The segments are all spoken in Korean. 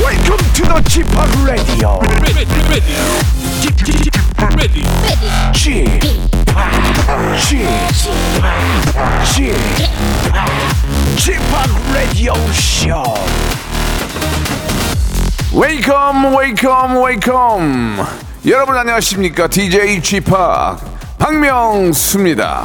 Welcome to the Chip Radio. ready, ready, ready, ready. Chip, Chip, Chip, Chip Radio Show. Welcome, welcome, welcome. 여러분 안녕하십니까? DJ Chip 박명수입니다.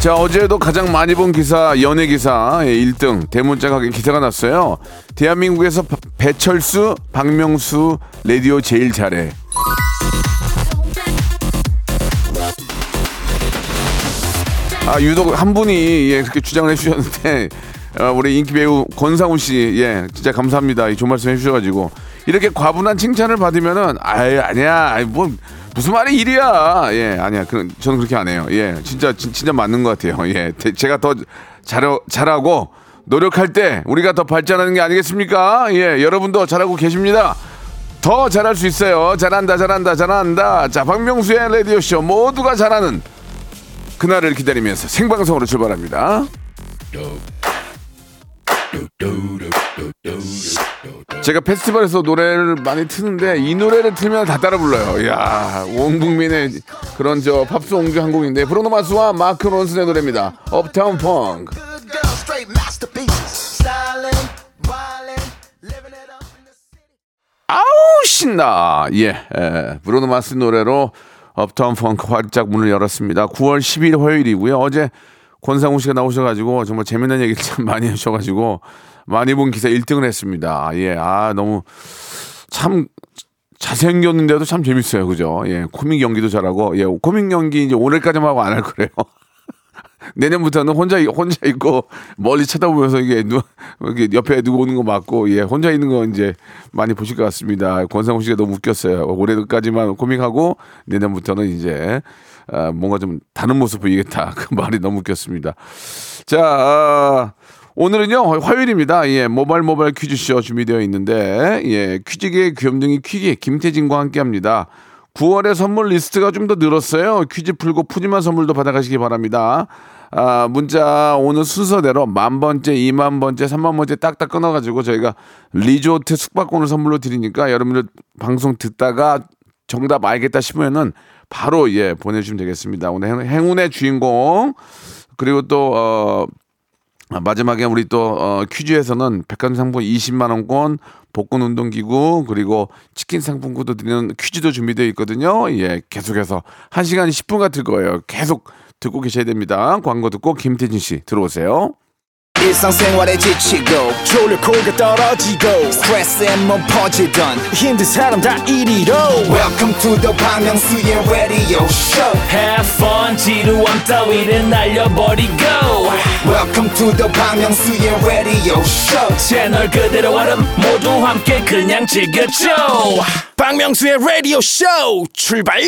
자 어제도 가장 많이 본 기사 연예 기사 예, 1등 대문짝하게 기사가 났어요. 대한민국에서 바- 배철수, 박명수 라디오 제일 잘해. 아 유독 한 분이 예 그렇게 주장을 해주셨는데 어, 우리 인기 배우 권상우 씨예 진짜 감사합니다 이좋 말씀 해주셔가지고 이렇게 과분한 칭찬을 받으면은 아이 아니야 아이 뭐 무슨 말이 일이야 예 아니야 그런 저는 그렇게 안 해요 예 진짜 진, 진짜 맞는 것 같아요 예 대- 제가 더 잘, 잘하고 노력할 때 우리가 더 발전하는 게 아니겠습니까 예 여러분도 잘하고 계십니다 더 잘할 수 있어요 잘한다 잘한다 잘한다 자 박명수의 라디오 쇼 모두가 잘하는 그날을 기다리면서 생방송으로 출발합니다. 제가 페스티벌에서 노래를 많이 트는데 이 노래를 틀면 다 따라 불러요. 이야, 온 국민의 그런 저 팝송 중 한 곡인데 브루노 마스와 마크 론슨의 노래입니다. 업타운 펑크. good girl, straight masterpieces. Stylin', wildin', living it up in the city. 아우 신나 예, 예 브루노 마스 노래로 업타운 펑크 활짝 문을 열었습니다 9월 10일 화요일이고요 어제 권상우 씨가 나오셔가지고 정말 재미난 얘기를 참 많이 하셔가지고 많이 본 기사 1등을 했습니다 예아 너무 참 잘생겼는데도 참 재밌어요 그죠 예 코믹 연기도 잘하고 예 코믹 연기 이제 오늘까지만 하고 안 할 거래요 내년부터는 혼자 혼자 있고 멀리 쳐다보면서 이게 누 이게 옆에 누구 오는 거 맞고 예 혼자 있는 거 이제 많이 보실 것 같습니다. 권상우 씨가 너무 웃겼어요. 올해까지만 코믹하고 내년부터는 이제 아, 뭔가 좀 다른 모습 보이겠다 그 말이 너무 웃겼습니다. 자. 아, 오늘은요 화요일입니다. 예, 모발 모발 퀴즈쇼 준비되어 있는데 예, 퀴즈계의 귀염둥이 퀴기 김태진과 함께합니다. 9월의 선물 리스트가 좀 더 늘었어요. 퀴즈 풀고 푸짐한 선물도 받아가시기 바랍니다. 아, 문자 오늘 순서대로 만 번째, 이만 번째, 삼만 번째 딱딱 끊어가지고 저희가 리조트 숙박권을 선물로 드리니까 여러분들 방송 듣다가 정답 알겠다 싶으면은 바로 예 보내주시면 되겠습니다. 오늘 행- 행운의 주인공 그리고 또 어, 아, 마지막에 우리 또 어, 퀴즈에서는 백화점 상품 20만 원권, 복근 운동기구 그리고 치킨 상품권도 드리는 퀴즈도 준비되어 있거든요. 예, 계속해서 1 시간 10분 같을 거예요. 계속 듣고 계셔야 됩니다. 광고 듣고 김태진 씨 들어오세요. 일상생활에 지치고, 졸려 코가 떨어지고, 스트레스에 몸 퍼지던, 힘든 사람 다 이리로. welcome to the Bang Myung-soo's radio show Have fun 지루함 따위를 날려버리고 welcome to the Bang Myung-soo's radio show 채널 그대로 와름 모두 함께 그냥 즐겨줘 박명수의 라디오 쇼 출발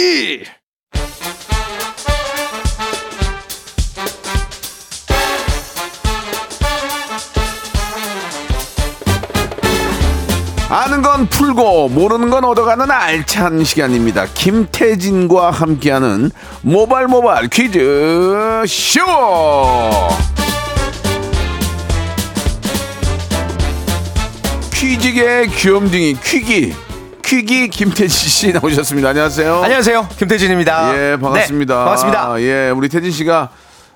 아는 건 풀고 모르는 건 얻어가는 알찬 시간입니다. 김태진과 함께하는 모발 모발 퀴즈 쇼. 퀴즈계 귀염둥이 퀴기 퀴기 김태진 씨 나오셨습니다. 안녕하세요. 안녕하세요. 김태진입니다. 어? 예 반갑습니다. 네, 반갑습니다. 아, 예 우리 태진 씨가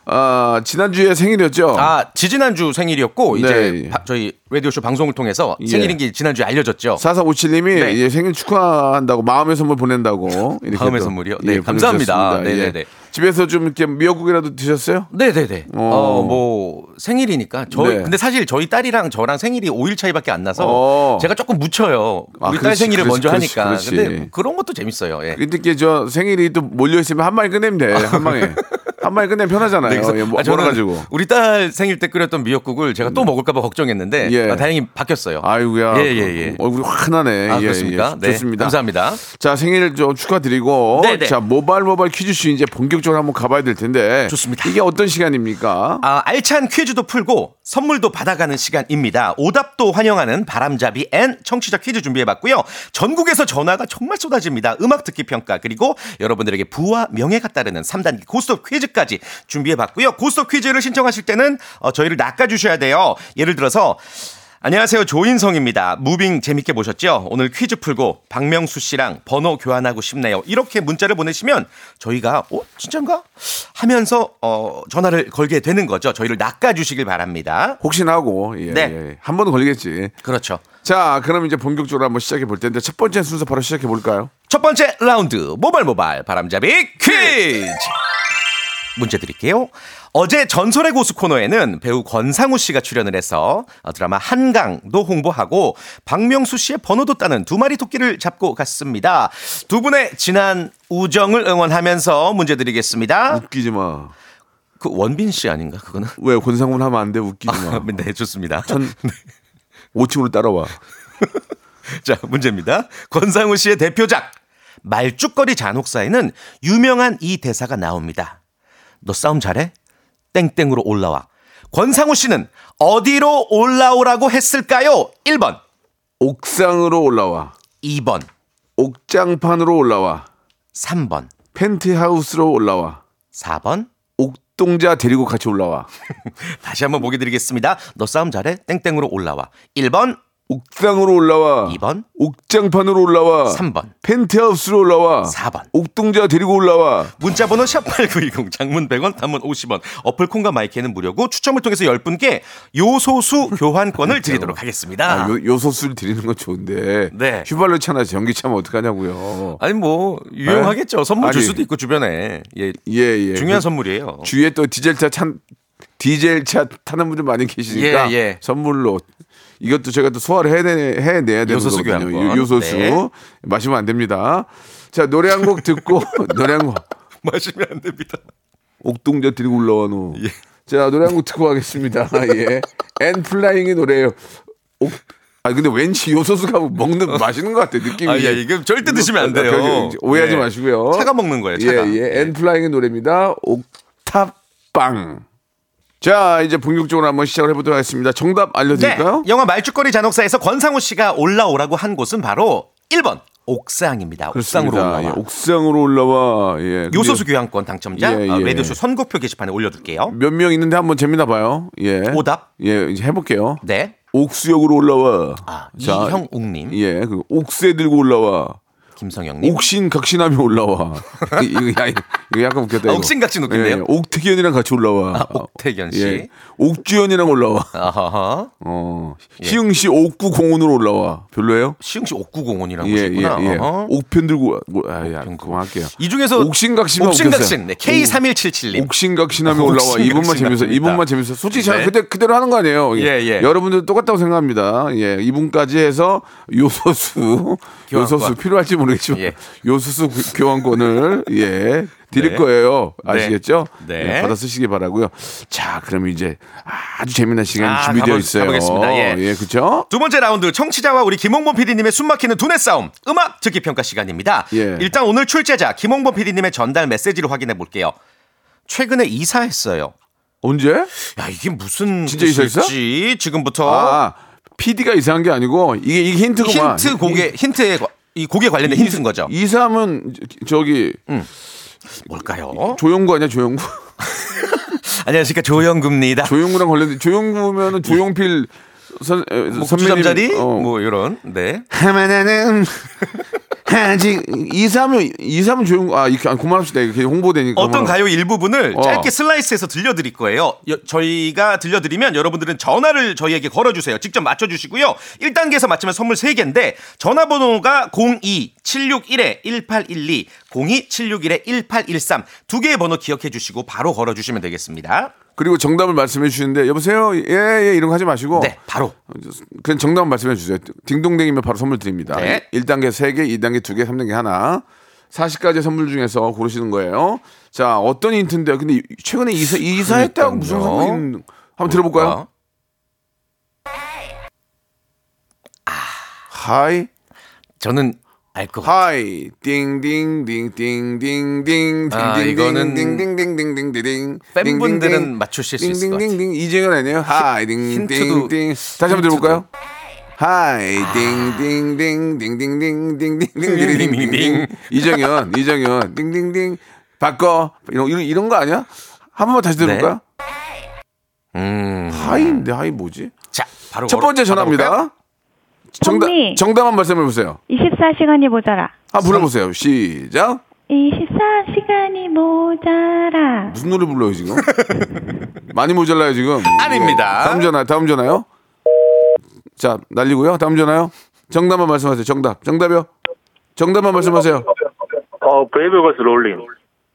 아, 지난주에 생일이었죠. 아, 지지난주 생일이었고 네. 이제 바- 저희 라디오쇼 방송을 통해서 예. 생일인 게 지난주에 알려졌죠. 4457님이 네. 생일 축하한다고 마음의 선물 보낸다고 이렇게 마음의 또, 예, 선물이요? 네, 감사합니다. 보내주셨습니다. 예. 네네네. 집에서 좀 이렇게 미역국이라도 드셨어요? 네, 네, 네. 어. 어, 뭐 생일이니까 저희 네. 근데 사실 저희 딸이랑 저랑 생일이 5일 차이밖에 안 나서 어. 제가 조금 묻혀요. 아, 우리 딸 그렇지, 생일을 그렇지, 먼저 그렇지, 하니까. 그렇지. 근데 그런 것도 재밌어요. 예. 근데 이게 저 생일이 또 몰려 있으면 한 방에 끝내면 돼. 한 방에 한 방에 끝내면 네, 편하잖아요. 그래서 예, 뭐, 아, 저는 멀어가지고. 음. 우리 딸 생일 때 끓였던 미역국을 제가 또 먹을까봐 걱정했는데 예. 아, 다행히 바뀌었어요. 아이고야. 예, 예, 예. 얼굴이 확 나네. 아, 예, 그렇습니까? 예, 좋습니다. 네, 감사합니다. 자 생일 좀 축하드리고 네네. 자 모발 모발 퀴즈쇼 이제 본격적으로 한번 가봐야 될 텐데 좋습니다. 이게 어떤 시간입니까? 아, 알찬 아, 퀴즈도 풀고 선물도 받아가는 시간입니다. 오답도 환영하는 바람잡이 앤 청취자 퀴즈 준비해봤고요. 전국에서 전화가 정말 쏟아집니다. 음악 듣기 평가 그리고 여러분들에게 부와 명예가 따르는 3단계 고스톱 퀴즈까지 준비해봤고요. 고스톱 퀴즈를 신청하실 때는 어, 저희를 낚아주셔야 돼요. 예를 들어서 안녕하세요. 조인성입니다. 무빙 재밌게 보셨죠? 오늘 퀴즈 풀고 박명수 씨랑 번호 교환하고 싶네요. 이렇게 문자를 보내시면 저희가 어? 진짠가? 하면서 어, 전화를 걸게 되는 거죠. 저희를 낚아주시길 바랍니다. 혹시나 하고 예, 네. 예. 한 번은 걸리겠지. 그렇죠. 자, 그럼 이제 본격적으로 한번 시작해 볼 텐데 첫 번째 순서 바로 시작해 볼까요? 첫 번째 라운드 모발 모발 바람잡이 퀴즈 문제 드릴게요. 어제 전설의 고수 코너에는 배우 권상우 씨가 출연을 해서 어, 드라마 한강도 홍보하고 박명수 씨의 번호도 따는 두 마리 토끼를 잡고 갔습니다. 두 분의 지난 우정을 응원하면서 문제 드리겠습니다. 웃기지 마. 그 원빈 씨 아닌가 그거는? 왜 권상훈 하면 안 돼? 웃기지 마. 네 좋습니다. 전 5층으로 따라와. 자, 문제입니다. 권상우 씨의 대표작 말죽거리 잔혹사에는 유명한 이 대사가 나옵니다. 너 싸움 잘해? 땡땡으로 올라와. 권상우 씨는 어디로 올라오라고 했을까요? 1번, 옥상으로 올라와. 2번, 옥장판으로 올라와. 3번, 펜트하우스로 올라와. 4번. 옥동자 데리고 같이 올라와. 다시 한번 보기 드리겠습니다. 너 싸움 잘해? 땡땡으로 올라와. 1번, 옥상으로 올라와. 2번, 옥장판으로 올라와. 3번, 펜트하우스로 올라와. 4번. 옥동자 데리고 올라와. 문자 번호 샵8910 장문 100원 단문 50원 어플 콩과 마이크는 무료고 추첨을 통해서 10분께 요소수 교환권을 드리도록 하겠습니다. 아, 요, 요소수를 드리는 건 좋은데 네. 휘발유 차나 전기 차면 어떡하냐고요. 아니 뭐 유용하겠죠. 선물 줄 아니. 수도 있고 주변에 예, 예, 예. 중요한 그 선물이에요. 주위에 또 디젤차 찬 디젤 차 타는 분들 많이 계시니까 예, 예. 선물로 이것도 제가 또 소화를 해내, 해내야 되는 요소수 거거든요. 교환권. 요- 요소수 네. 마시면 안 됩니다. 자 노래 한 곡 듣고 노래 한 곡 마시면 안 됩니다. 옥동자 들고 올라와 노. 예. 자 노래 한 곡 듣고 가겠습니다. 예. 엔플라잉의 노래예요. 옥, 아 근데 왠지 요소수가 먹는 마시는 것 같아 느낌이. 아, 아, 예, 이거 절대 드시면 안 돼요. 별로 오해하지 예. 마시고요. 차가 먹는 거예요, 네, 차가. 어? 예, 예. 엔플라잉의 노래입니다. 옥탑방. 자, 이제 본격적으로 한번 시작을 해보도록 하겠습니다. 정답 네, 알려드릴까요? 영화 말죽거리 잔혹사에서 권상우 씨가 올라오라고 한 곳은 바로 1번 옥상입니다. 옥상으로 그렇습니다. 올라와. 예, 옥상으로 올라와. 예. 근데 요소수 교환권 당첨자 예, 어, 예. 라디오쇼 선곡표 게시판에 올려둘게요. 몇 명 있는데 한번 재미나 봐요. 예. 오답? 예, 이제 해볼게요. 네. 옥수역으로 올라와. 아, 자, 이형욱님, 예, 그 옥새 들고 올라와. 김성영님. 옥신 각신함이 올라와. 이거, 야, 이거 약간 웃겼다. 이거. 아, 옥신각신 웃긴데요? 예, 옥태견이랑 같이 올라와. 아, 옥태견 씨. 예. 옥주현이랑 올라와. 아하. 어. 예. 희응 씨 옥구 공원으로 올라와. 별로예요? 시흥시 옥구공원이라고 예, 예, 하셨구나. 예. 어허. 옥편 들고 와- 아, 야, 그만할게요. 이 중에서 옥신각신만 옥신각신 네, 웃겼어요. K3177님. 옥신각신함이 올라와. 이분만 재밌어. 옥신각신합니다. 이분만 재밌어. 솔직히 제가 네. 그대, 그대로 하는 거 아니에요. 예, 예. 여러분들 똑같다고 생각합니다. 예. 이분까지 해서 요소수, 요소수 필요할지 모르겠지만 예. 요소수 구- 교환권을 예. 드릴 네. 거예요. 아시겠죠? 네. 예, 받아 쓰시기 바라고요. 자, 그럼 이제 아주 재미난 시간이 아, 준비되어 가보- 있어요. 가보겠습니다. 예. 그렇죠? 두 번째 라운드 청취자와 우리 김홍범 PD님의 숨막히는 두뇌 싸움 음악 듣기 평가 시간입니다. 예. 일단 오늘 출제자 김홍범 PD님의 전달 메시지를 확인해 볼게요. 최근에 이사했어요. 언제? 야 이게 무슨 진짜 이사했어? 뜻일지 지금부터 아, PD가 이상한 게 아니고 이게 이게 힌트구만. 힌트 곡에 힌트에 과- 이 곡에 관련된 힌트인 거죠. 이사하면 저기 뭘까요? 조용구 아니야 조용구? 안녕하십니까 조영구입니다. 조용구랑 관련된 조용구면은 조용필 선 에, 선배님 목주잠자리 어. 뭐 이런 네. 하면은 아직 이사하면 이사하면 조용구 아 이렇게 아, 그만합시다 이렇게 홍보되니까 어떤 그만하- 가요 일부분을 어. 짧게 슬라이스해서 들려드릴 거예요. 여- 저희가 들려드리면 여러분들은 전화를 저희에게 걸어주세요. 직접 맞춰주시고요. 1단계에서 맞추면 선물 3개인데 전화번호가 02761-1812, 02761-1813 두 개의 번호 기억해 주시고 바로 걸어주시면 되겠습니다. 그리고 정답을 말씀해 주시는데 여보세요 예예 이런 거 하지 마시고 네, 바로. 그냥 정답 말씀해 주세요. 딩동댕이면 바로 선물 드립니다. 네. 1단계 3개, 2단계 2개, 3단계 하나. 40가지 선물 중에서 고르시는 거예요. 자, 어떤 힌트인데요? 근데 최근에 이사, 이사했다고 무슨 그러니까요. 상관이 있는- 한번 들어볼까요? 아, 아. 하이, 저는 알 것 같아. 하이 띵띵띵띵띵띵띵 아, 이거는 띵띵띵띵띵띵띵 팬분들은 맞추실 수 있을 것 같아요. 띵띵띵띵 이재현 아니에요? 하이 힌트도- 아. 띵띵띵 다시 한번 들어볼까요? 하이 띵띵띵띵띵띵띵띵띵띵띵띵띵띵 이정현 이정현 띵띵띵 바꿔 이런 이런 이런 거 아니야? 한 번만 다시 들어볼까요? 음. 하이인데 하이 뭐지? 자, 바로 첫 번째 걸어- 전화입니다. 정답 언니. 정답만 말씀해 보세요. 24시간이 모자라. 아 불러보세요. 시작. 24시간이 모자라. 무슨 노래 불러요 지금? 많이 모자라요 지금. 예. 아닙니다. 다음 전화, 다음 전화요. 자 날리고요. 다음 전화요. 정답만 말씀하세요. 정답, 정답요. 정답만 말씀하세요. 어, 브레이브걸스 롤링.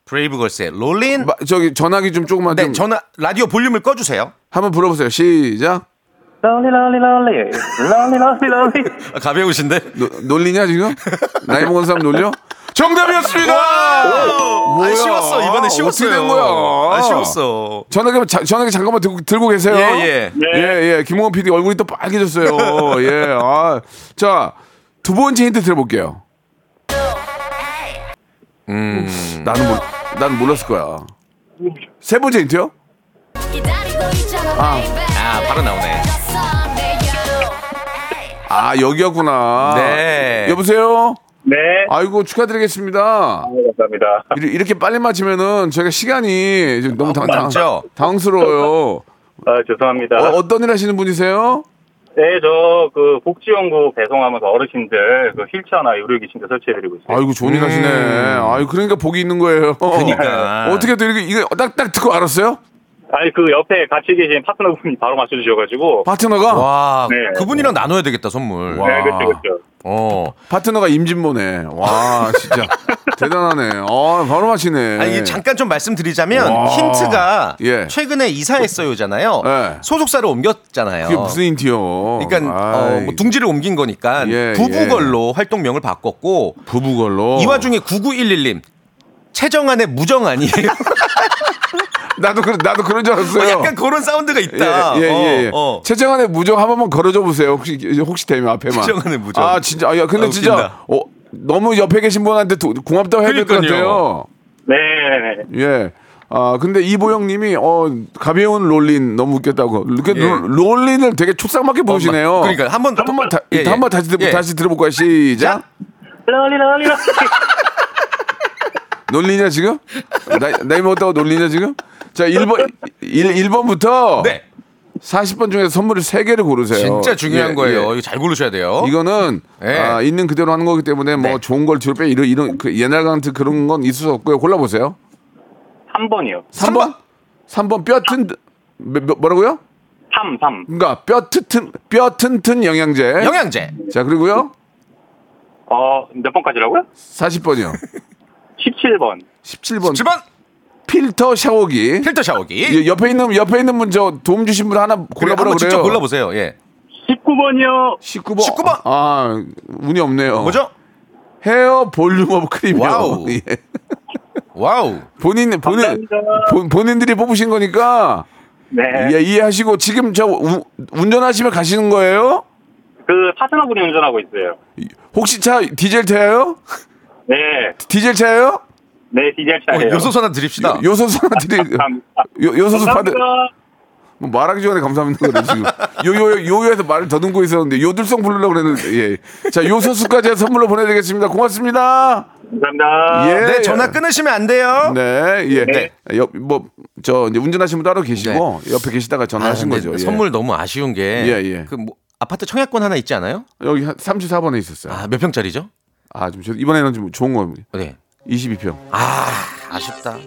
브레이브걸스의 롤린. 마- 저기 전화기 좀 조금만 네, 좀 전화 라디오 볼륨을 꺼 주세요. 한번 불러보세요. 시작. 롤리 롤리 롤리. 롤리 롤리 롤리. 가벼우신데. 노, 놀리냐 지금? 나이 먹은 사람 놀려? 정답이었습니다. 뭐야? 아, 쉬웠어. 이번에 어떻게 쉬웠어요. 된 거야? 아, 쉬웠어. 전화기 자- 전화기 잠깐만 들고, 들고 계세요. 예, 예. 예, 예. 김홍원 PD 얼굴이 또 빨개졌어요. 예. 아, 자, 두 번째 힌트 드려볼게요. 음, 나는 몰, 난 몰랐을 거야. 세 번째 힌트요? 아, 바로 나오네. 아, 여기였구나. 네. 여보세요? 네. 아이고, 축하드리겠습니다. 감사합니다. 이리- 이렇게 빨리 맞히면은 저희가 시간이 지금 너무 당, 당, 맞죠? 당황스러워요. 아, 죄송합니다. 어, 어떤 일 하시는 분이세요? 네, 저 그 복지연구 배송하면서 어르신들 그 휠체어나 의료기신대 설치해드리고 있어요. 아이고 좋은 일 하시네. 아이 그러니까 복이 있는 거예요. 음. 그러니까. 네. 어떻게 또 이렇게 이거 딱딱 듣고 알았어요? 아니 그 옆에 같이 계신 파트너분이 바로 맞춰주셔가지고. 파트너가 와, 네. 그분이랑 나눠야 되겠다, 선물. 네, 그렇죠, 그렇죠. 어. 파트너가 임진모네. 와 진짜 대단하네. 아 바로 마시네. 아니, 이게 잠깐 좀 말씀드리자면 와. 힌트가 예. 최근에 이사했어요잖아요. 예. 소속사를 옮겼잖아요. 그게 무슨 인티요? 어. 그러니까 어, 아이, 뭐 둥지를 옮긴 거니까 예, 어. 예. 부부걸로 활동명을 바꿨고 부부걸로. 이 와중에 9911님 최정안의 무정안이에요. 나도 그 나도 그런 줄 알았어요. 약간 그런 사운드가 있다. 예, 예, 예. 예. 어, 어. 최정한의 무정 한 번만 걸어줘 보세요. 혹시 혹시 되면 앞에만. 최정한의 무정. 아 진짜. 아, 야, 근데 아, 진짜 웃긴다. 어, 너무 옆에 계신 분한테 도- 고맙다고 해야 될 것 그러니까요. 같아요. 네, 네, 네. 예. 아 근데 이보영님이 어 가벼운 롤린 너무 웃겼다고. 그 예. 롤- 롤린을 되게 촉상맞게 보시네요. 그러니까 한번 한 번만 다, 예, 예. 한번 다시 들, 예. 다시 들어볼까요? 시작. 롤리 롤리 롤리. 놀리냐 지금? 나, 나이 먹었다고 놀리냐 지금? 자 1번 일 1번부터 네. 40번 중에서 선물을 3개를 고르세요. 진짜 중요한 예, 거예요. 예. 이거 잘 고르셔야 돼요. 이거는 예. 아, 있는 그대로 하는 거기 때문에 뭐 네. 좋은 걸 뒤로 빼 이런 이런 그 옛날 강트 그런 건 있을 수 없고요. 골라 보세요. 3번이요. 3번? 3번 뼈튼 뭐라고요? 3, 3. 그러니까 뼈 튼튼 뼈 튼튼 영양제. 영양제. 자 그리고요 어, 몇 번까지라고요? 40번이요. 17번. 17번 7번 필터 샤워기. 필터 샤워기. 예, 옆에 있는 옆에 있는 분 저 도움 주신 분 하나 골라보라 한번 직접 그래요. 골라보세요. 예. 19번이요. 19번. 19번. 아 운이 없네요. 뭐죠? 헤어 볼륨업 크림이요. 와우. 예. 와우. 어, 본인 본인 감사합니다. 본, 본인들이 뽑으신 거니까 네. 예, 이해하시고 지금 저 우- 운전하시면 가시는 거예요? 그 파트너분이 운전하고 있어요. 혹시 차 디젤 차예요? 네. 디젤 차예요? 네, 디젤 차예요. 어, 요소수 하나 드립시다. 요- 요소수 하나 드리 감사합니다. 요- 요소수 받을 감사합니다. 뭐 말하기 전에 감사합니다 그래 지금 요요 요요에서 말을 더듬고 있었는데 요들성 부르려고 그랬는데 예자 요소수까지 선물로 보내드리겠습니다 고맙습니다 감사합니다. 예 네, 전화 끊으시면 안 돼요. 네. 네예뭐저 이제 운전하시는 분 따로 계시고 옆에 계시다가 아, 전화하신 근데 거죠 예. 선물 너무 아쉬운 게. 예, 예. 그 뭐, 아파트 청약권 하나 있지 않아요? 여기 한 34번에 있었어요 아, 몇 평짜리죠? 아좀 이번에는 좀 좋은 거 네. 아, 22평 아쉽다.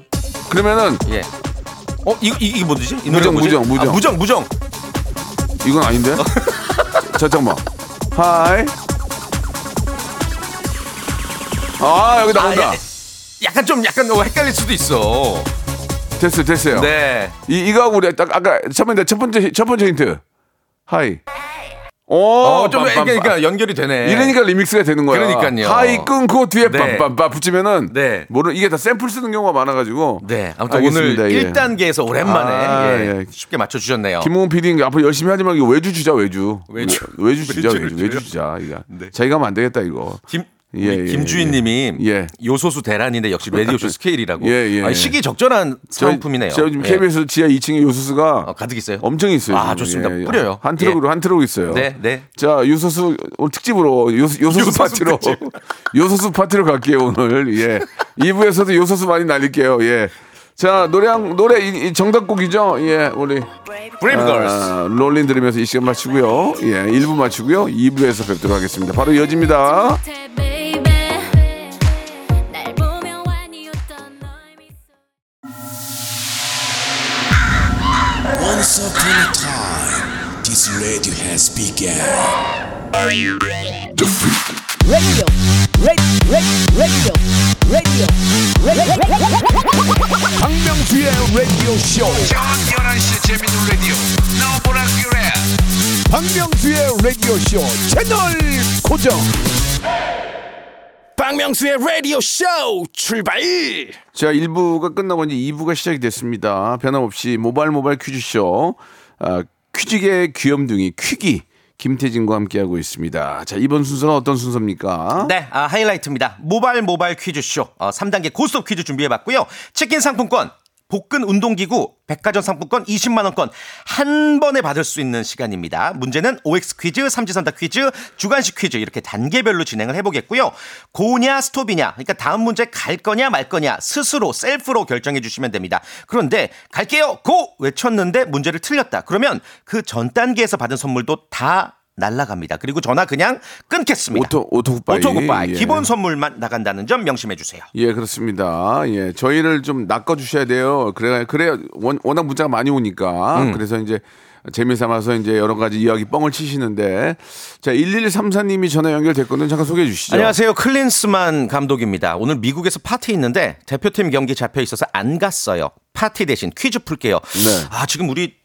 그러면은 예. 어, 이, 이, 이게 뭐지? 이 노래가 무정, 무정, 뭐지? 무정. 아, 무정, 무정. 이건 어. 아닌데 잠깐만 하이 아 여기 나온다 아, 예. 약간 좀 약간 어, 헷갈릴 수도 있어. 됐어요 됐어요 네. 이 이거 하고 우리 딱 아까 처음에 첫 번째 첫 번째 힌트 하이. 오, 어, 좀 빰빰빰. 그러니까 연결이 되네. 이러니까 리믹스가 되는 거야. 그러니까요. 하이 끊고 뒤에 네. 빰빰빰 붙이면은 네. 모르 이게 다 샘플 쓰는 경우가 많아가지고. 네. 아무튼 알겠습니다. 오늘 예. 1단계에서 오랜만에 아, 예. 예. 쉽게 맞춰 주셨네요. 김홍 PD님 앞으로 열심히 하지 말고 외주 주자 외주. 외주. 외주 주자 외주를 외주 외주 줘요? 주자. 이거. 네. 자기가 하면 안 되겠다 이거. 김 예, 예, 김주인님이 예. 그 요소수 대란인데 역시 레디오쇼 스케일이라고. 예, 예, 아, 예. 시기 적절한 저희- 사은품이네요. 저 지금 예. KBS 지하 2층에 요소수가 어, 가득 있어요. 엄청 있어요. 지금. 아, 예, 좋습니다. 뿌려요. 한 트럭으로 한 트럭 있어요. 네, 네. 자, 요소수 오늘 특집으로 요소, 요소수, 요소수 파티로 특집. 요소수 파티로 갈게요 오늘. 예. 2부에서도 요소수 많이 날릴게요. 예. 자, 노래 한, 노래 이, 이 정답곡이죠. 예, 우리 브레이브 걸스. 아, 롤린 들으면서 이 시간 마치고요. 예, 1부 마치고요. 2부에서 뵙도록 하겠습니다. 바로 이어집니다. 날 보면 완이었던 너의 미소 Once upon a time, this radio has begun. 박명수의 라디오 쇼. 저녁 11시 재밌는 라디오. 너보라 그래. 박명수의 라디오 쇼 채널 고정. 박명수의 라디오 쇼 출발. 자, 1부가 끝나고 이제 2부가 시작이 됐습니다. 변함없이 모발 모발 퀴즈쇼. 아, 퀴즈계의 귀염둥이 퀴기 김태진과 함께하고 있습니다. 자, 이번 순서는 어떤 순서입니까? 네, 아, 하이라이트입니다. 모발 모발 퀴즈쇼 어, 3단계 고스톱 퀴즈 준비해봤고요. 치킨 상품권, 복근 운동기구, 백화점 상품권 20만원권 한 번에 받을 수 있는 시간입니다. 문제는 OX 퀴즈, 삼지선다 퀴즈, 주간식 퀴즈 이렇게 단계별로 진행을 해보겠고요. 고냐 스톱이냐, 그러니까 다음 문제 갈 거냐 말 거냐 스스로 셀프로 결정해 주시면 됩니다. 그런데 갈게요 고 외쳤는데 문제를 틀렸다. 그러면 그 전 단계에서 받은 선물도 다 날라갑니다. 그리고 전화 그냥 끊겠습니다. 오토 오토 굿바이. 오토 굿바이 예. 기본 선물만 나간다는 점 명심해 주세요. 예, 그렇습니다. 예, 저희를 좀 낚아 주셔야 돼요. 그래 그래 원, 워낙 문자가 많이 오니까. 음. 그래서 이제 재미 삼아서 이제 여러 가지 이야기 뻥을 치시는데 자, 1134 님이 전화 연결됐거든요. 잠깐 소개해 주시죠. 안녕하세요. 클린스만 감독입니다. 오늘 미국에서 파티 있는데 대표팀 경기 잡혀 있어서 안 갔어요. 파티 대신 퀴즈 풀게요. 네. 아, 지금 우리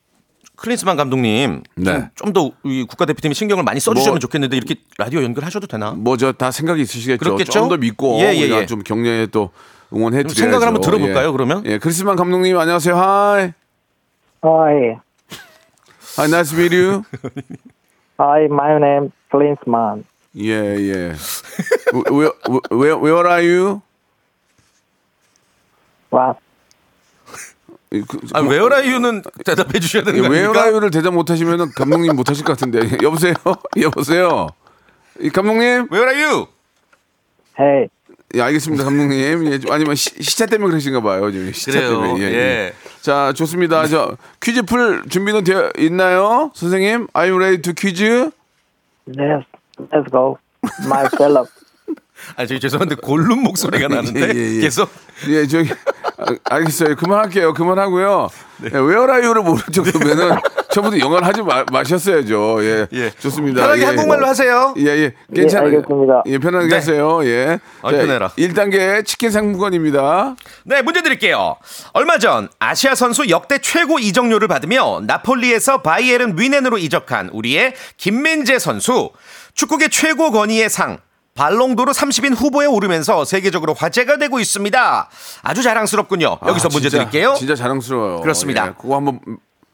클린스만 감독님 네. 좀 더 국가대표팀이 신경을 많이 써주시면 뭐- 좋겠는데 이렇게 라디오 연결하셔도 되나? 뭐 저 다 생각이 있으시겠죠. 그렇겠죠? 좀 더 믿고 예, 예, 우리가 예. 좀 격려에 또 응원해 드려야죠. 생각을 한번 들어볼까요, 예. 그러면? 예, 크리스만 감독님 안녕하세요. 하이. Hi. 하이 nice to meet you. Hi, my name Clinsman. 예, 예. Where, where, where are you? What? 예, 그- 아, 웨어라이유는 대답해 주셔야 예, 되는 거아닙 웨어라이유를 대답 못하시면 감독님 못하실 것 같은데 여보세요 여보세요 이 감독님 웨어라이유. Hey. 예 알겠습니다 감독님 예, 좀- 아니면 시, 시차 때문에 그러신가 봐요 지금 시차 그래요. 때문에 예. 자 좋습니다 저 퀴즈 풀 준비는 되어 있나요 선생님 I'm ready to 퀴즈 Yes. Let's go. My fellow. 아, 저기 죄송한데 골룸 목소리가 나는데 예, 예. 계속 예 저기 아, 알겠어요 그만할게요 그만하고요 네. 예, 웨어라이유를 모를 정도면은 처음부터 영어를 하지 마, 마셨어야죠 예, 예. 좋습니다 편하게 예. 한국말로 하세요. 예, 예. 괜찮아요. 알겠습니다. 예, 편하게 네. 하세요. 예. 아, 편해라. 1단계 치킨 상품권입니다. 네, 문제 드릴게요. 얼마 전 아시아 선수 역대 최고 이적료를 받으며 나폴리에서 바이에른 위넨으로 이적한 우리의 김민재 선수. 축구계 최고 권위의 상 발롱도르 30인 후보에 오르면서 세계적으로 화제가 되고 있습니다. 아주 자랑스럽군요. 여기서 아, 문제 진짜, 드릴게요. 진짜 자랑스러워요. 그렇습니다. 예, 그거 한번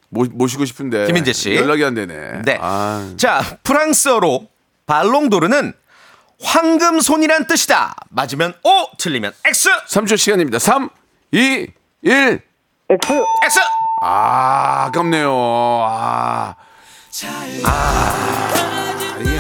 모, 모시고 싶은데. 김민재 씨. 연락이 안 되네. 네. 아, 자, 프랑스어로 발롱도르는 황금손이란 뜻이다. 맞으면 O, 틀리면 X. 3초 시간입니다. 3, 2, 1. X. X. 아, 아깝네요. 아.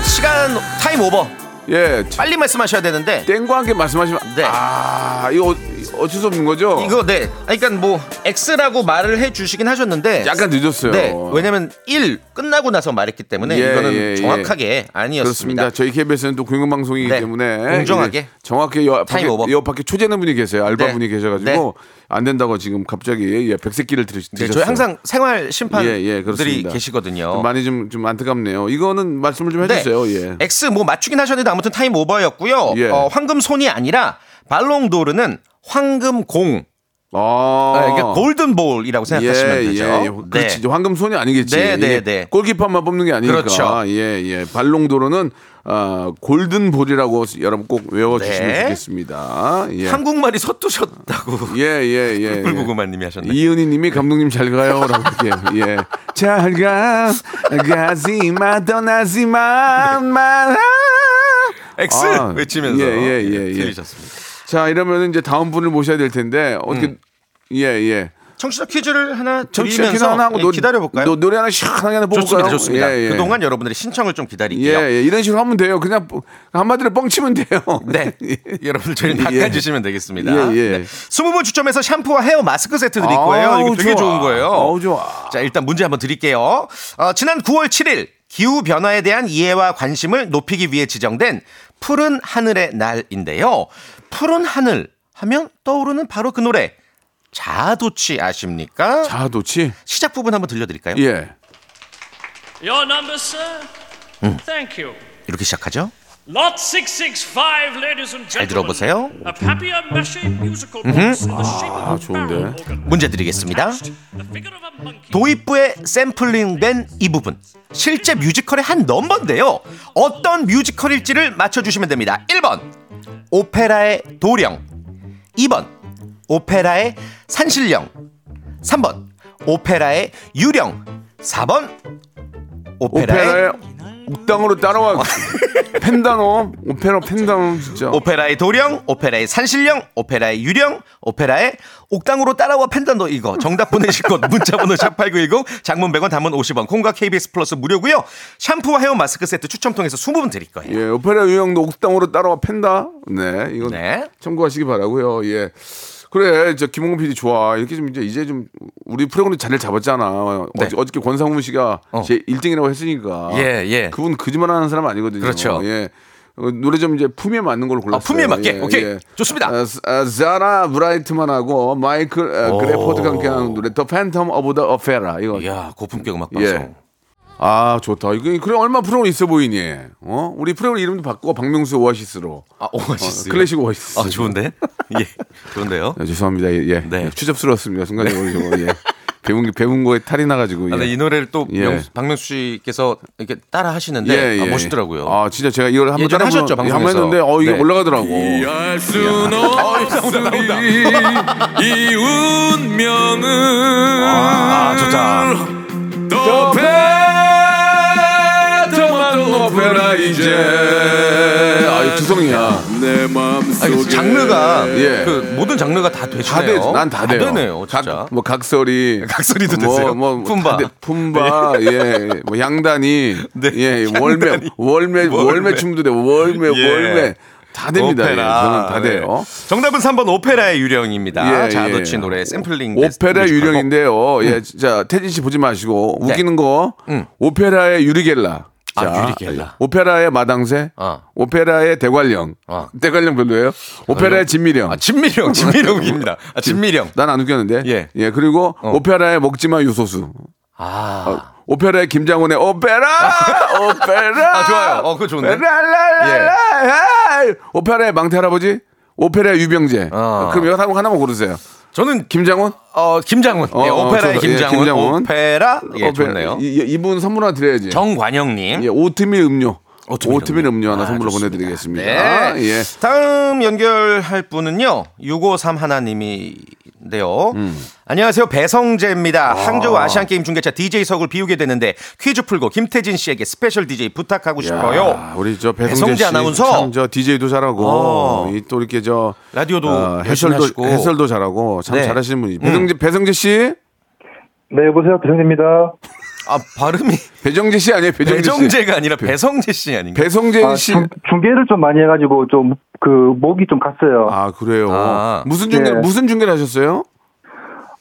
시간 타임 오버. 예. 빨리 말씀하셔야 되는데 땡과 함께 말씀하시면. 네. 아, 이거 어- 어쩔 수 없는 거죠? 이거 네. 아니, 그러니까 뭐 X라고 말을 해 주시긴 하셨는데 약간 늦었어요. 네. 왜냐면 1 끝나고 나서 말했기 때문에 예, 이거는 예, 예. 정확하게 아니었습니다. 그렇습니다. 저희 KBS는 또 공영방송이기 네. 때문에 공정하게. 이제 정확히 여, 밖에, 타임 오버. 여 밖에 초재는 분이 계세요. 알바 네. 분이 계셔가지고 안 된다고 지금 갑자기 예, 백색기를 들으, 네, 드셨어요. 저희 항상 생활 심판들이 예, 예, 그렇습니다. 계시거든요. 좀 많이 좀, 좀 안타깝네요. 이거는 말씀을 좀 네. 해주세요. 예. X 뭐 맞추긴 하셨는데 아무튼 타임 오버였고요. 예. 어, 황금손이 아니라 발롱도르는 황금공. 아, 아, 그러니까 골든볼이라고 생각하시면 되죠. 예, 예. 그렇지. 이제 황금 손이 아니겠지. 네, 네, 이게 네. 골키퍼만 뽑는 게 아니니까. 그렇죠. 예, 예. 발롱도로는 아, 골든 볼이라고 여러분 꼭 외워주시면 네. 좋겠습니다. 예. 한국말이 서투셨다고 예, 예, 예. 예. 불구구만님이 하셨네요. 이은희 님이 감독님 잘 가요. 라고 이렇게. 예. 잘 가. 가지 마, 떠나지 마, 말아. X 아, 외치면서 예, 예, 예, 예. 들리셨습니다. 자, 이러면 이제 다음 분을 모셔야 될 텐데 어떻게 음. 예, 예. 청취자 퀴즈를 하나 정치적 드리면서 하나 하고 예, 노- 기다려볼까요? 노- 노래 하나 시원하게 하나 뽑을까요? 좋습니다, 좋습니다. 예, 예. 그동안 여러분들의 신청을 좀 예, 기다릴게요. 예, 이런 식으로 하면 돼요. 그냥 뭐- 한마디로 뻥치면 돼요. 네. 여러분들 저희 예. 낚아주시면 되겠습니다. 예, 예. 네. 20분 추첨해서 샴푸와 헤어 마스크 세트 드릴 거예요. 이거 되게 좋은 거예요. 어우, 좋아. 자, 일단 문제 한번 드릴게요. 어, 지난 9월 7일 기후 변화에 대한 이해와 관심을 높이기 위해 지정된 푸른 하늘의 날인데요. 푸른 하늘 하면 떠오르는 바로 그 노래. 자도치 아십니까? 자도치? 시작 부분 한번 들려드릴까요? 예. Your number, sir? Thank you. 이렇게 시작하죠. Lot 665, ladies and gentlemen. 잘 들어보세요. A papier mâché musical 음흠. 아, box in the shape of a barrel organ. 문제 드리겠습니다. The figure of a monkey. 도입부에 샘플링된 이 부분 실제 뮤지컬의 한 넘버인데요 어떤 뮤지컬일지를 맞춰주시면 됩니다 1번 오페라의 도령 2번 오페라의 산신령 3번 오페라의 유령 4번 오페라의, 오페라의 옥당으로 따라와. 펜다노. 오페라 펜다노 진짜. 오페라의 도령 오페라의 산신령 오페라의 유령 오페라의 옥당으로 따라와 팬던도 이거 정답 보내실 것 문자번호 샵8910 장문 100원 단문 50원 콩과 KBS 플러스 무료고요 샴푸와 헤어 마스크 세트 추첨 통해서 20분 드릴 거예요 예, 오페라 유형도 옥당으로 따라와 팬다. 네, 이건 참고하시기 바라고요. 예. 그래, 저 김홍근 PD 좋아. 이렇게 좀 이제 이제 좀 우리 프로그램 자리를 잡았잖아. 네. 어저, 어저께 권상훈 씨가 제 1등이라고 했으니까. 예, 예. 그분 거짓말하는 사람 아니거든요. 그렇죠. 아, 예. 어, 노래 좀 이제 품에 맞는 걸로 골랐어요. 예, 품에 맞게. 오케이. 좋습니다. 아, 자라 브라이트만하고 마이클 어, 오. 그래포드가 함께하는 노래 더 팬텀 오브 더 오페라 이거. 이야 고품격 음악 예. 방송 아 좋다. 이거 그래 얼마 프로그램 있어 보이니? 어 우리 프로그램 이름도 바꾸고 박명수 오아시스로. 아 오아시스 어, 클래식 오아시스. 아 좋은데 예 좋은데요 아, 죄송합니다. 예, 예. 네. 추접스러웠습니다. 순간적으로 저거, 예. 배운 게 배운 거에 탈이 나가지고. 예. 아, 근데 이 노래를 또 예. 명수- 박명수 씨께서 이렇게 따라 하시는데 예, 아, 예. 멋있더라고요 아 진짜 제가 이걸 한번 예전에 따라 한번- 하셨죠, 방송에서. 한번 했는데 어 이게 네. 올라가더라고. 이 운명은 아 좋다 도페토만 오페라 이제. 아 주성이야. 내 마음속에 장르가 아, 예. 그 모든 장르가 다 되시네요. 다 돼, 난다 돼요. 되네요, 진짜. 각, 뭐 각설이, 각설이도 뭐, 되세요? 뭐, 품바. 네. 다 돼. 품바, 예, 뭐 양단이, 예, 월매, 월매, 월매, 월매. 춤도 돼, 월매, 예. 월매 다 됩니다. 예, 저는 다 네. 돼요. 정답은 3번 오페라의 유령입니다. 예, 자도치 예. 노래 샘플링 오페라 뮤지컬. 유령인데요. 예, 자 태진 씨 보지 마시고 음. 네. 웃기는 거 오페라의 유리겔라. 아, 자, 유리겔라. 오페라의 마당새. 아. 오페라의 대관령. 아. 대관령 별로예요? 오페라의 진미령. 아, 진미령, 진미령입니다. 아, 진미령. 난 안 웃겼는데. 예. 그리고 오페라의 먹지마 유소수. 어, 아, 오페라의 김장훈의 오페라 오페라. 아, 좋아요. 어, 그거 좋은데? 예. 랄랄랄라. 오페라의 망태 할아버지. 오페라의 유병재. 아. 그럼 여기 하나만 고르세요. 저는 김장훈? 어 김장훈, 어, 예, 어, 오페라의 저도, 예, 김장훈. 김장훈. 오페라, 예, 오페라. 좋네요. 이, 이- 이분 선물 하나 드려야지. 정관영님. 예, 오트밀 음료. 오트밀 오트밀, 음료 하나 아, 선물로 좋습니다. 보내드리겠습니다. 네. 예. 다음 연결할 분은요. 653 하나님이인데요. 음. 안녕하세요. 배성재입니다. 항저우 아시안 게임 중계차 DJ 석을 비우게 되는데 퀴즈 풀고 김태진 씨에게 스페셜 DJ 부탁하고 야, 싶어요. 우리 저 배성재 배성재 씨 아나운서. 참 저 DJ도 잘하고 어. 이또 이렇게 저 어, 라디오도 열심히 하시고. 해설도 해설도 잘하고 참 네. 잘하시는 분이 배성재 배성재 씨 네, 여보세요. 배정재입니다. 아, 발음이 배정재 씨 아니에요 배정재 씨 배정재가 아니라 배성재 씨 아닌가? 배성재 아, 네, 씨. 중- 중계를 좀 많이 해가지고 좀 그 목이 좀 갔어요. 아, 아 그래요. 아. 무슨 중계 예. 무슨 중계를 하셨어요?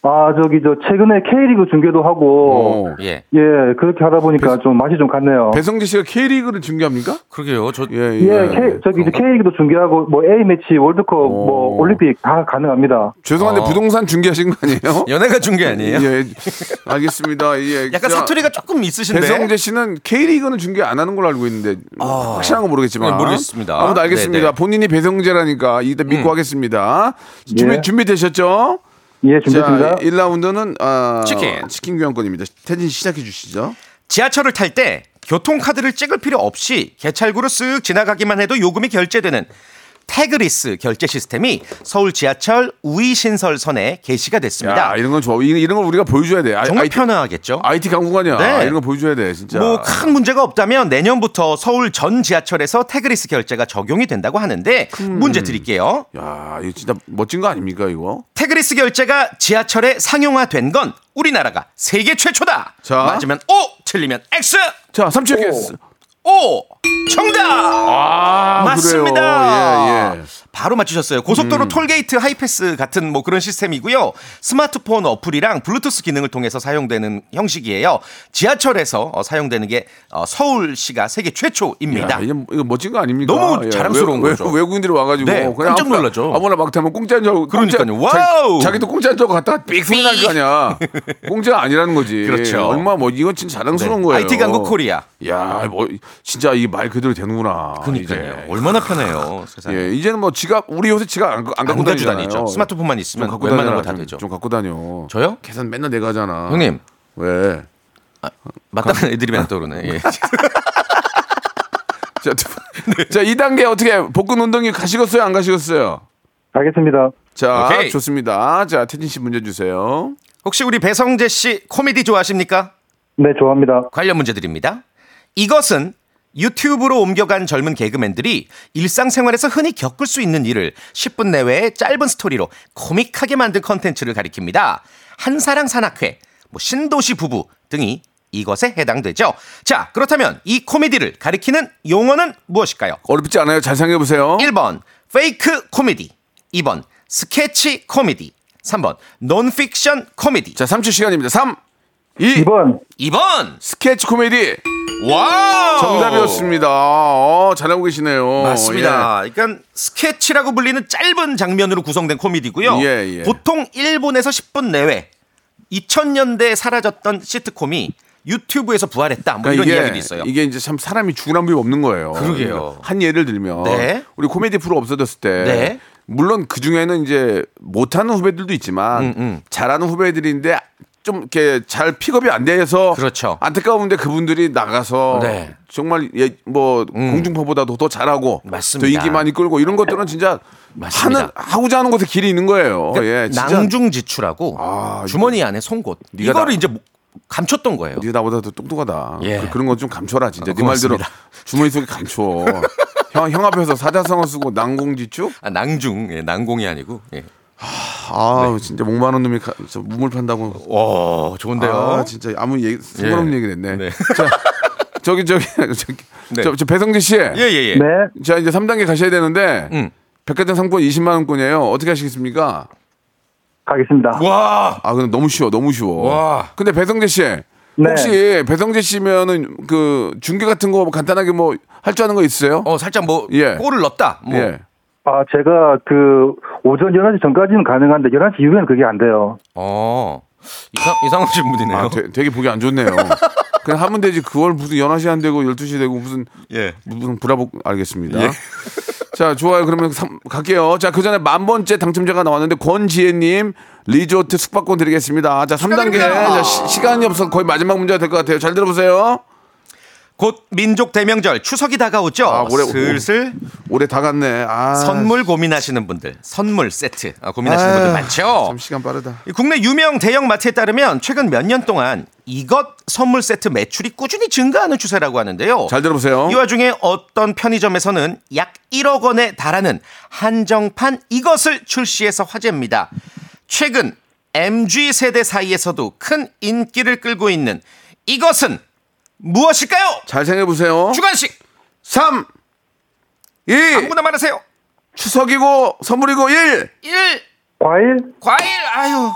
아, 저기 저 최근에 K리그 중계도 하고 어. 예. 예 그렇게 하다 보니까 좀 맛이 좀 갔네요. 배성재 씨가 K리그를 중계합니까? 그러게요. 저 예, 예. 예, K, 저기 이제 K리그도 중계하고 뭐 A 매치, 월드컵, 뭐 어. 올림픽 다 가능합니다. 죄송한데 어. 부동산 중계하신 거 아니에요? 연예가 중계 아니에요? 예, 알겠습니다. 예, 약간 자, 사투리가 조금 있으신데. 배성재 씨는 K리그는 중계 안 하는 걸로 알고 있는데 확실한 건 모르겠지만 네, 모르겠습니다. 아무도 알겠습니다. 네네. 음. 본인이 배성재라니까 일단 믿고 하겠습니다. 준비 예. 준비 되셨죠? 예, 준비했습니다. 자, 1라운드는 아, 치킨. 치킨 교환권입니다. 태진 씨 시작해 주시죠. 지하철을 탈 때 교통카드를 찍을 필요 없이 개찰구로 쓱 지나가기만 해도 요금이 결제되는 태그리스 결제 시스템이 서울 지하철 우이신설선에 게시가 됐습니다. 네. 야, 이런 건 좋아. 이- 이런 걸 우리가 보여줘야 돼. 아, 정말 IT 편하겠죠? IT 강국 아니야. 네. 이런 거 보여줘야 돼, 진짜. 뭐 큰 문제가 없다면 내년부터 서울 전 지하철에서 태그리스 결제가 적용이 된다고 하는데 문제 드릴게요. 야, 이거 진짜 멋진 거 아닙니까, 이거? 태그리스 결제가 지하철에 상용화된 건 우리나라가 세계 최초다. 자. 맞으면 O, 틀리면 X. 자, 삼촌 겠어 O 정답. 아, 그래요. 맞습니다. 예, 음. 예. 바로 맞추셨어요. 고속도로 톨게이트 하이패스 같은 뭐 그런 시스템이고요. 스마트폰 어플이랑 블루투스 기능을 통해서 사용되는 형식이에요. 지하철에서 어, 사용되는 게 어, 서울시가 세계 최초입니다. 야, 뭐, 이거, 이거 멋진 거 아닙니까? 예, 너무 자랑스러운 외, 거죠. 외, 외국인들이 와가지고 네, 깜짝 아무나- 놀라죠. 아무나 막 타면 공짜인 줄 알고 그러니까요. 공짜- 와우! 자기, 도 공짜인 줄 알고 갔다가 삑소리 날거 아니야. 공짜가 아니라는 거지. 그렇죠. 얼마 뭐 이건 진짜 자랑스러운 네. 거예요. IT 강국 코리아. 야, 뭐 진짜 이 말 그대로 되는구나. 그러니까요. 이제. 아, 얼마나 편해요. 세상에. 예, 이제는 뭐 지갑 우리 요새 지갑 안, 안 갖고 안 가지고 다니잖아요. 다니죠. 스마트폰만 좀 있으면 갖고 웬만한 다니라. 거 다 좀- 되죠. 좀 아. 갖고 다녀. 저요? 계산 맨날 내가 하잖아. 형님. 왜? 아. 마땅한 애드립이 안 떠오르네. 예. 자, 두- 자, 이 단계 어떻게 복근 운동이 가시겠어요? 안 가시겠어요? 알겠습니다. 자, 오케이. 좋습니다. 자, 태진 씨 문제 주세요. 혹시 우리 배성재 씨 코미디 좋아하십니까? 네, 좋아합니다. 관련 문제 드립니다. 이것은 유튜브로 옮겨간 젊은 개그맨들이 일상생활에서 흔히 겪을 수 있는 일을 10분 내외의 짧은 스토리로 코믹하게 만든 컨텐츠를 가리킵니다. 한사랑 산악회, 뭐 신도시 부부 등이 이것에 해당되죠. 자, 그렇다면 이 코미디를 가리키는 용어는 무엇일까요? 어렵지 않아요? 잘 생각해 보세요. 1번 페이크 코미디, 2번 스케치 코미디, 3번 논픽션 코미디. 자, 3초 시간입니다. 3, 2, 2번. 2번 스케치 코미디 와우! 정답이었습니다. 어, 잘하고 계시네요. 예. 맞습니다. 그러니까 스케치라고 불리는 짧은 장면으로 구성된 코미디고요. 예, 예. 보통 1분에서 10분 내외. 2000년대에 사라졌던 시트콤이 유튜브에서 부활했다. 뭐 그러니까 이런 이게, 이야기도 있어요. 이게 이제 참 사람이 죽으란 법이 없는 거예요. 그러게요. 그러니까 한 예를 들면 네. 우리 코미디 프로 없어졌을 때 네. 물론 그 중에는 이제 못하는 후배들도 있지만 음, 음. 잘하는 후배들인데 좀 이렇게 잘 픽업이 안 돼서 그렇죠. 안타까운데 그분들이 나가서 네. 음. 정말 예, 뭐 공중파보다도 더 잘하고 맞습니다. 더 인기 많이 끌고 이런 것들은 진짜 맞습니다. 하는 하고자 하는 곳에 길이 있는 거예요. 그러니까 예, 진짜 낭중지출하고 아, 주머니 안에 송곳. 네가 이거를 나- 이제 목- 감췄던 거예요. 네가 나보다 더 똑똑하다. 예. 그, 런 건 좀 감춰라 진짜. 어, 네 말대로 고맙습니다. 주머니 속에 감춰. 형, 형 앞에서 사자성어 쓰고 난공지축? 아, 낭중, 예, 난공이 아니고. 예. 아, 네. 진짜 목마른 놈이 가, 저 무물 판다고. 와, 좋은데요. 아, 진짜 아무 얘기 쓸모없는 예. 얘기 됐네. 어? 네. 자, 저기 저기 저기 네. 저, 저 배성재 씨. 예, 예, 예. 네. 자, 이제 3단계 가셔야 되는데 음. 백화점 상품 20만 원권이에요. 어떻게 하시겠습니까? 가겠습니다. 와, 아, 근데 너무 쉬워. 너무 쉬워. 와. 근데 배성재 씨 네. 혹시 배성재 씨면은 그 중계 같은 거뭐 간단하게 뭐 할 줄 아는 거 있어요? 어, 살짝 뭐 예. 골을 넣었다. 뭐 예. 아, 제가 그 오전 11시 전까지는 가능한데 11시 이후에는 그게 안 돼요. 어. 이상, 이상하신 분이네요. 아, 되, 되게 보기 안 좋네요. 그냥 하면 되지. 그걸 무슨 11시 안 되고 12시 되고 무슨 예. 무슨 브라보 알겠습니다. 자, 좋아요. 그러면 삼- 갈게요. 자, 그 전에 만 번째 당첨자가 나왔는데 권지혜 님 리조트 숙박권 드리겠습니다. 자, 3단계. 축하드립니다. 시간이 없어서 거의 마지막 문제가 될 것 같아요. 잘 들어 보세요. 곧 민족 대명절 추석이 다가오죠. 아, 올해- 슬슬 올해 다 갔네. 아. 선물 고민하시는 분들, 선물 세트 아, 고민하시는 아유, 분들 많죠. 참 시간 빠르다. 이 국내 유명 대형 마트에 따르면 최근 몇 년 동안 이것 선물 세트 매출이 꾸준히 증가하는 추세라고 하는데요. 잘 들어 보세요. 이 와중에 어떤 편의점에서는 약 1억 원에 달하는 한정판 이것을 출시해서 화제입니다. 최근 MG 세대 사이에서도 큰 인기를 끌고 있는 이것은 무엇일까요? 잘 생각해 보세요. 주관식 3 2 아무나 말하세요. 추석이고 선물이고 1 1 과일? 과일 아유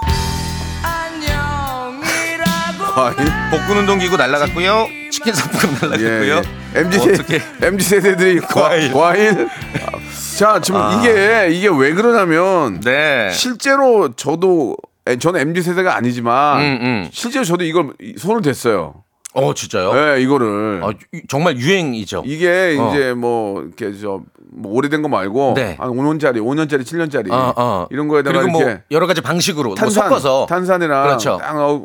과일 복근 운동기구 날라갔고요 치킨 상품 예, 날라갔고요 MZ 어떻게 MZ 세대들이 과일. 과일. 아. 과일. 자, 지금 이게 이게 왜 그러냐면 네 실제로 저도 에, 저는 MZ 세대가 아니지만 음, 음. 실제로 저도 이걸 이- 손을 댔어요. 어, 진짜요? 아, 네, 이거를. 정말 유행이죠. 이게 어. 이제 뭐 이렇게 저뭐 오래된 거 말고 네. 한 5년짜리, 5년짜리, 7년짜리 어, 어. 이런 거에다가 그리고 뭐 이렇게 여러 가지 방식으로 뭐 탄산, 섞어서 탄산이랑 그렇죠. 딱 넣어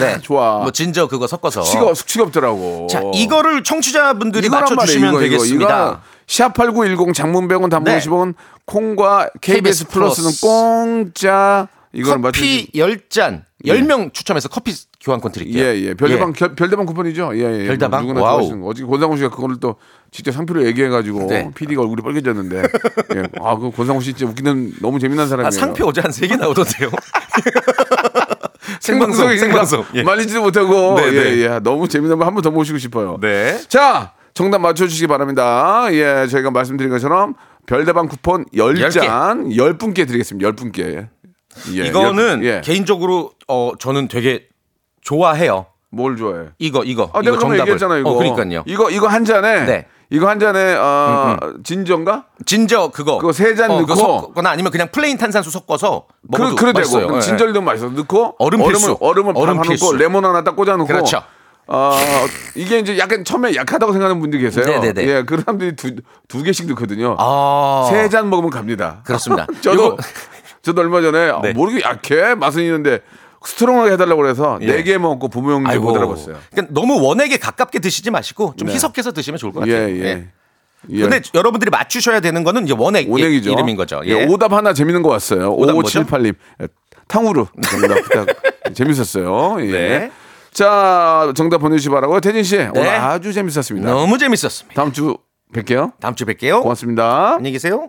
네. 좋아. 뭐 진저 그거 섞어서 숙취가, 숙취가 없더라고. 자, 이거를 청취자분들이 이거란 맞춰 주시면 말이에요, 이거, 이거. 되겠습니다. 이거 샵8910 장문 100원 단문 네. 50원 콩과 KBS, KBS 플러스는 플러스. 공짜 이걸 맞추시 커피 열 10잔, 10명 추첨해서 커피 교환권 드릴게요. 예, 예. 별다방, 결- 별다방 쿠폰이죠? 예, 예. 별다방? 누구나 와우. 들어가시는 거. 어제 권상우 씨가 그걸 또 직접 상표로 얘기해가지고 네. PD가 얼굴이 빨개졌는데. 예. 아, 그 권상우 씨 진짜 웃기는 너무 재미난 사람이에요. 아, 상표 어제 한 3개 나오던데요. 생방송, 생방송, 생방송. 생방송. 예. 말리지도 못하고. 네, 예, 네. 예. 너무 재미난 분 한 번 더 모시고 싶어요. 네. 자, 정답 맞춰주시기 바랍니다. 예, 저희가 말씀드린 것처럼 별다방 쿠폰 10잔, 10분께 드리겠습니다. 10분께. 예, 이거는 10분. 예. 개인적으로 어 저는 되게 좋아해요. 뭘 좋아해? 이거 이거 아, 이거 내가 정답 정답을. 얘기했잖아, 이거. 어, 그러니까요. 이거, 이거 한 잔에. 네. 음, 이거 한 잔에, 어, 진정가? 진저 그거 그거 세잔 어, 그거 넣고. 섞거나 아니면 그냥 플레인 탄산수 섞어서 그래, 먹어도 그래 맛있어요. 되고 예. 진절도 맛있어 넣고 얼음 필수. 얼음을 얼음을 얼음 팍 필수. 넣고 레몬 하나 딱 꽂아놓고 그렇죠. 아 이게 이제 약간 처음에 약하다고 생각하는 분들이 계세요. 네네네. 예, 그런 사람들이 두, 두 개씩 넣거든요. 아. 세 잔 먹으면 갑니다. 그렇습니다. 저도 요거- 저도 얼마 전에 아, 네. 모르게 약해 맛은 있는데 스트롱하게 해달라고 그래서 예. 네 개 먹고 부모님께 못 알아봤어요. 그러니까 너무 원액에 가깝게 드시지 마시고 좀 네. 희석해서 드시면 좋을 것 예 같아요. 예. 예. 근데 여러분들이 맞추셔야 되는 거는 이제 원액 원액이죠. 이름인 거죠. 예, 예. 오답 하나 재밌는 거 왔어요. 오답 뭐죠? 5578님. 예, 탕후루. 정답 부탁. 재밌었어요. 예. 네. 자, 정답 보내주시 기 바라고요. 태진 씨, 오늘 아주 재밌었습니다. 너무 재밌었습니다. 다음 주 뵐게요. 다음 주에 뵐게요. 고맙습니다. 안녕히 계세요.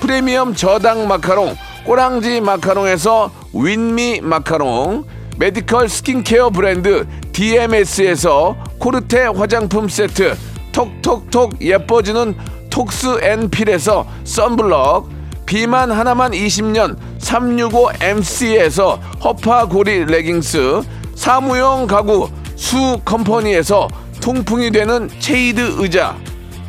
프리미엄 저당 마카롱 꼬랑지 마카롱에서 윈미 마카롱 메디컬 스킨케어 브랜드 DMS에서 코르테 화장품 세트 톡톡톡 예뻐지는 톡스앤필에서 썬블럭 비만 하나만 20년 365MC에서 허파고리 레깅스 사무용 가구 수컴퍼니에서 통풍이 되는 체이드 의자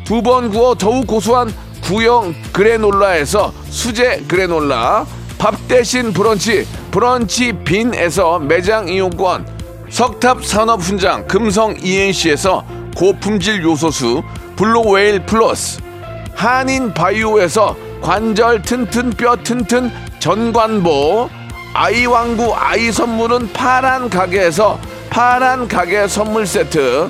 두 번 구워 더욱 고소한 구형 그래놀라에서 수제 그래놀라 밥 대신 브런치 브런치 빈에서 매장 이용권 석탑 산업훈장 금성 ENC에서 고품질 요소수 블루웨일 플러스 한인 바이오에서 관절 튼튼 뼈 튼튼 전관보 아이왕구 아이 선물은 파란 가게에서 파란 가게 선물 세트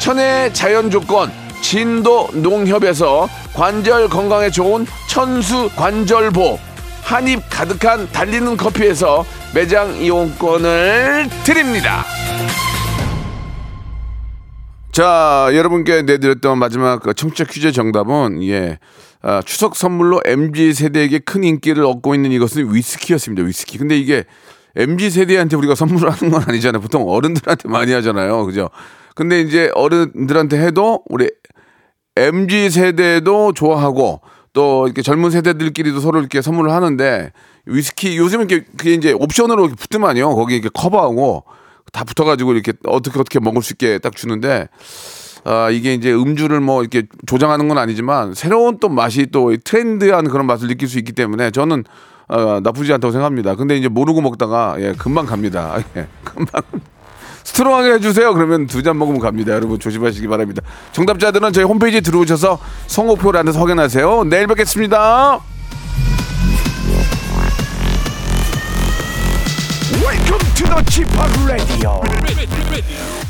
천혜의 자연 조건 진도 농협에서 관절 건강에 좋은 천수 관절보 한입 가득한 달리는 커피에서 매장 이용권을 드립니다. 자, 여러분께 내드렸던 마지막 그 청취자 퀴즈 정답은 예. 아, 추석 선물로 MZ 세대에게 큰 인기를 얻고 있는 이것은 위스키였습니다. 위스키. 근데 이게 MZ 세대한테 우리가 선물하는 건 아니잖아요. 보통 어른들한테 많이 하잖아요. 그죠? 근데 이제 어른들한테 해도 우리 MZ 세대도 좋아하고 또 이렇게 젊은 세대들끼리도 서로 이렇게 선물을 하는데 위스키 요즘 이렇게 그게 이제 옵션으로 이렇게 붙으면요 거기 이렇게 커버하고 다 붙어가지고 이렇게 어떻게 어떻게 먹을 수 있게 딱 주는데 아, 이게 이제 음주를 뭐 이렇게 조장하는 건 아니지만 새로운 또 맛이 또 트렌드한 그런 맛을 느낄 수 있기 때문에 저는 어, 나쁘지 않다고 생각합니다. 근데 이제 모르고 먹다가 예, 금방 갑니다. 예, 금방. 스트롱하게 해주세요. 그러면 두 잔 먹으면 갑니다. 여러분 조심하시기 바랍니다. 정답자들은 저희 홈페이지에 들어오셔서 성호표란에서 확인하세요. 내일 뵙겠습니다. Welcome to the Chip Radio.